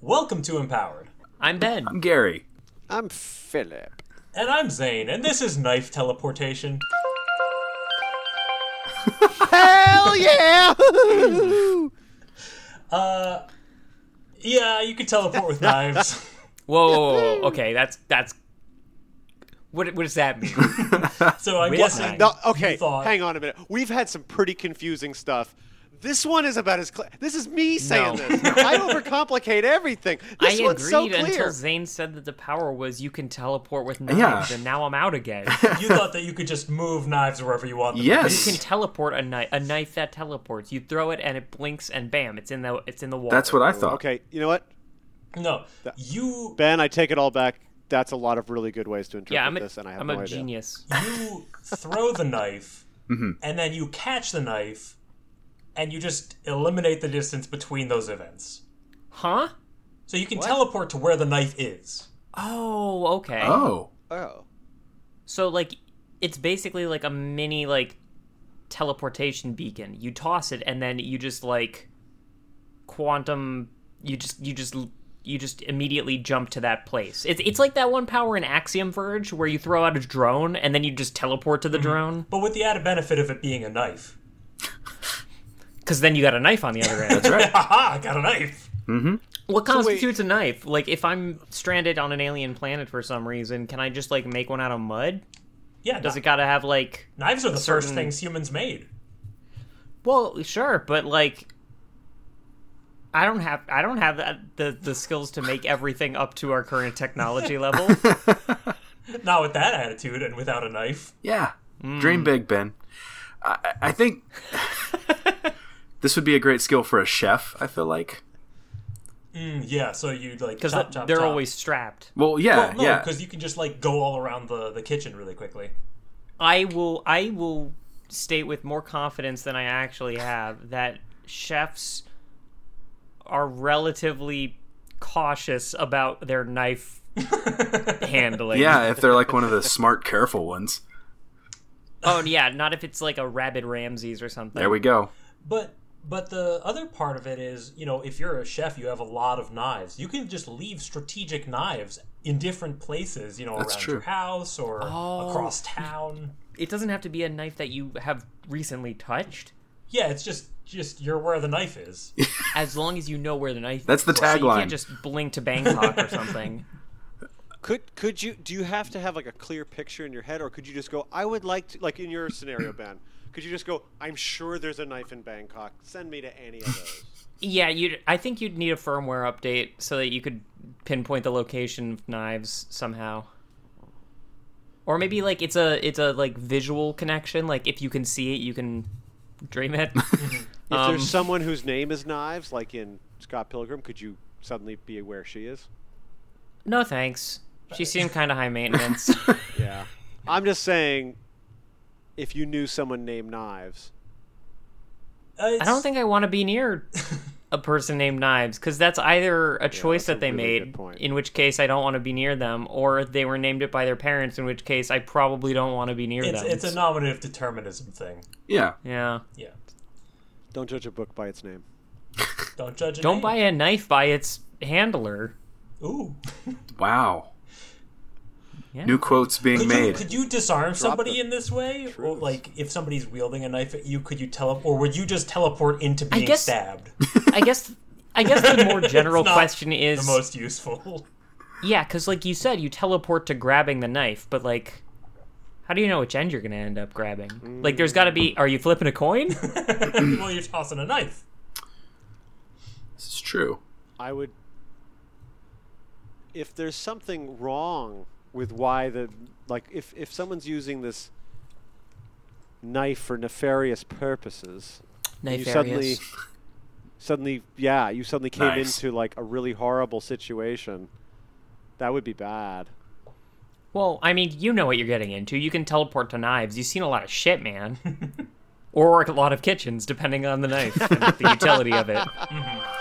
Welcome to Empowered. I'm Ben. I'm Gary. I'm Philip. And I'm Zane, and this is Knife Teleportation. Hell yeah! Yeah, you can teleport with knives. Whoa, whoa, whoa, whoa. Okay, that's that's. What what does that mean? So I'm With guessing. knives. no, okay, you thought- hang on a minute. We've had some pretty confusing stuff. This one is about as clear. This is me saying No. this. I overcomplicate everything. I This agreed one's so clear. until Zane said that the power was you can teleport with knives, Yeah. and now I'm out again. You thought that you could just move knives wherever you want them. to you Yes. can teleport a knife, a knife that teleports. You throw it and it blinks, and bam, it's in the it's in the wall. That's what I thought. okay, you know what? be. No, you Ben, I take it all back. That's a lot of really good ways to interpret Yeah, I'm a, this, and I have am no a idea. genius. you throw the knife, and then you catch the knife, and you just eliminate the distance between those events. Huh? So you can teleport to where the knife is. Oh, okay. Oh. Oh. So like, it's basically like a mini like teleportation beacon. You toss it, and then you just like quantum. You just you just you just immediately jump to that place. It's it's like that one power in Axiom Verge where you throw out a drone and then you just teleport to the drone But with the added benefit of it being a knife. because then you got a knife on the other end. That's right. Haha, I got a knife. What constitutes a knife? Like if I'm stranded on an alien planet for some reason, can I just like make one out of mud? Yeah, Does kni- it gotta have like knives are the first certain- things humans made. Well, sure, but like I don't have I don't have the the, the skills to make everything up to our current technology level. Not with that attitude and without a knife. yeah. Hmm. Dream big, Ben. I, I think this would be a great skill for a chef, I feel like. Mm, yeah, so you'd like Cuz chop, chop, they're chop. always strapped. Well, yeah, Well, no, yeah. because you can just like go all around the, the kitchen really quickly. I will I will state with more confidence than I actually have that chefs are relatively cautious about their knife handling. Yeah, if they're like one of the smart, careful ones. Oh yeah, not if it's like a rabid Ramses or something. There we go. But but the other part of it is, you know, if you're a chef, you have a lot of knives. You can just leave strategic knives in different places, you know, That's around true. your house or Oh. across town. It doesn't have to be a knife that you have recently touched. Yeah, it's just just you're where the knife is. As long as you know where the knife That's the is. So you tagline. can't just blink to Bangkok or something. Could could you do you have to have like a clear picture in your head, or could you just go? I would like to like in your scenario, Ben. Could you just go? I'm sure there's a knife in Bangkok. Send me to any of those. yeah, you. I think you'd need a firmware update so that you could pinpoint the location of knives somehow. Or maybe Mm-hmm. like it's a it's a like visual connection. Like if you can see it, you can dream it. If Um, there's someone whose name is Knives, like in Scott Pilgrim, could you suddenly be aware she is? no thanks. She seemed kind of high maintenance. Yeah. I'm just saying, if you knew someone named Knives, I don't think I want to be near a person named Knives because that's either a choice that's that a they really good made, point. in which case I don't want to be near them, or they were named it by their parents, in which case I probably don't want to be near it's them. it's a nominative determinism thing. Yeah. yeah. Yeah, don't judge a book by its name. don't judge. A Don't buy a knife by its handler. Ooh, Wow. Yeah. New quotes being could you, made. could you disarm somebody the in this way? Or, truth. like if somebody's wielding a knife at you, could you tele or would you just teleport into being guess- stabbed? I guess. I guess the more general It's not question is, the most useful. yeah, because like you said, you teleport to grabbing the knife, but like, how do you know which end you're gonna end up grabbing? Like, there's got to Mm. be. Are you flipping a coin? well, you're tossing a knife. This is true. I would. If there's something wrong with why the like, if if someone's using this knife for nefarious purposes, and you Knife suddenly suddenly yeah you suddenly came Nice. into like a really horrible situation that would be bad Well, I mean, you know what you're getting into. You can teleport to knives. You've seen a lot of shit, man. or a lot of kitchens, depending on the knife and the utility of it.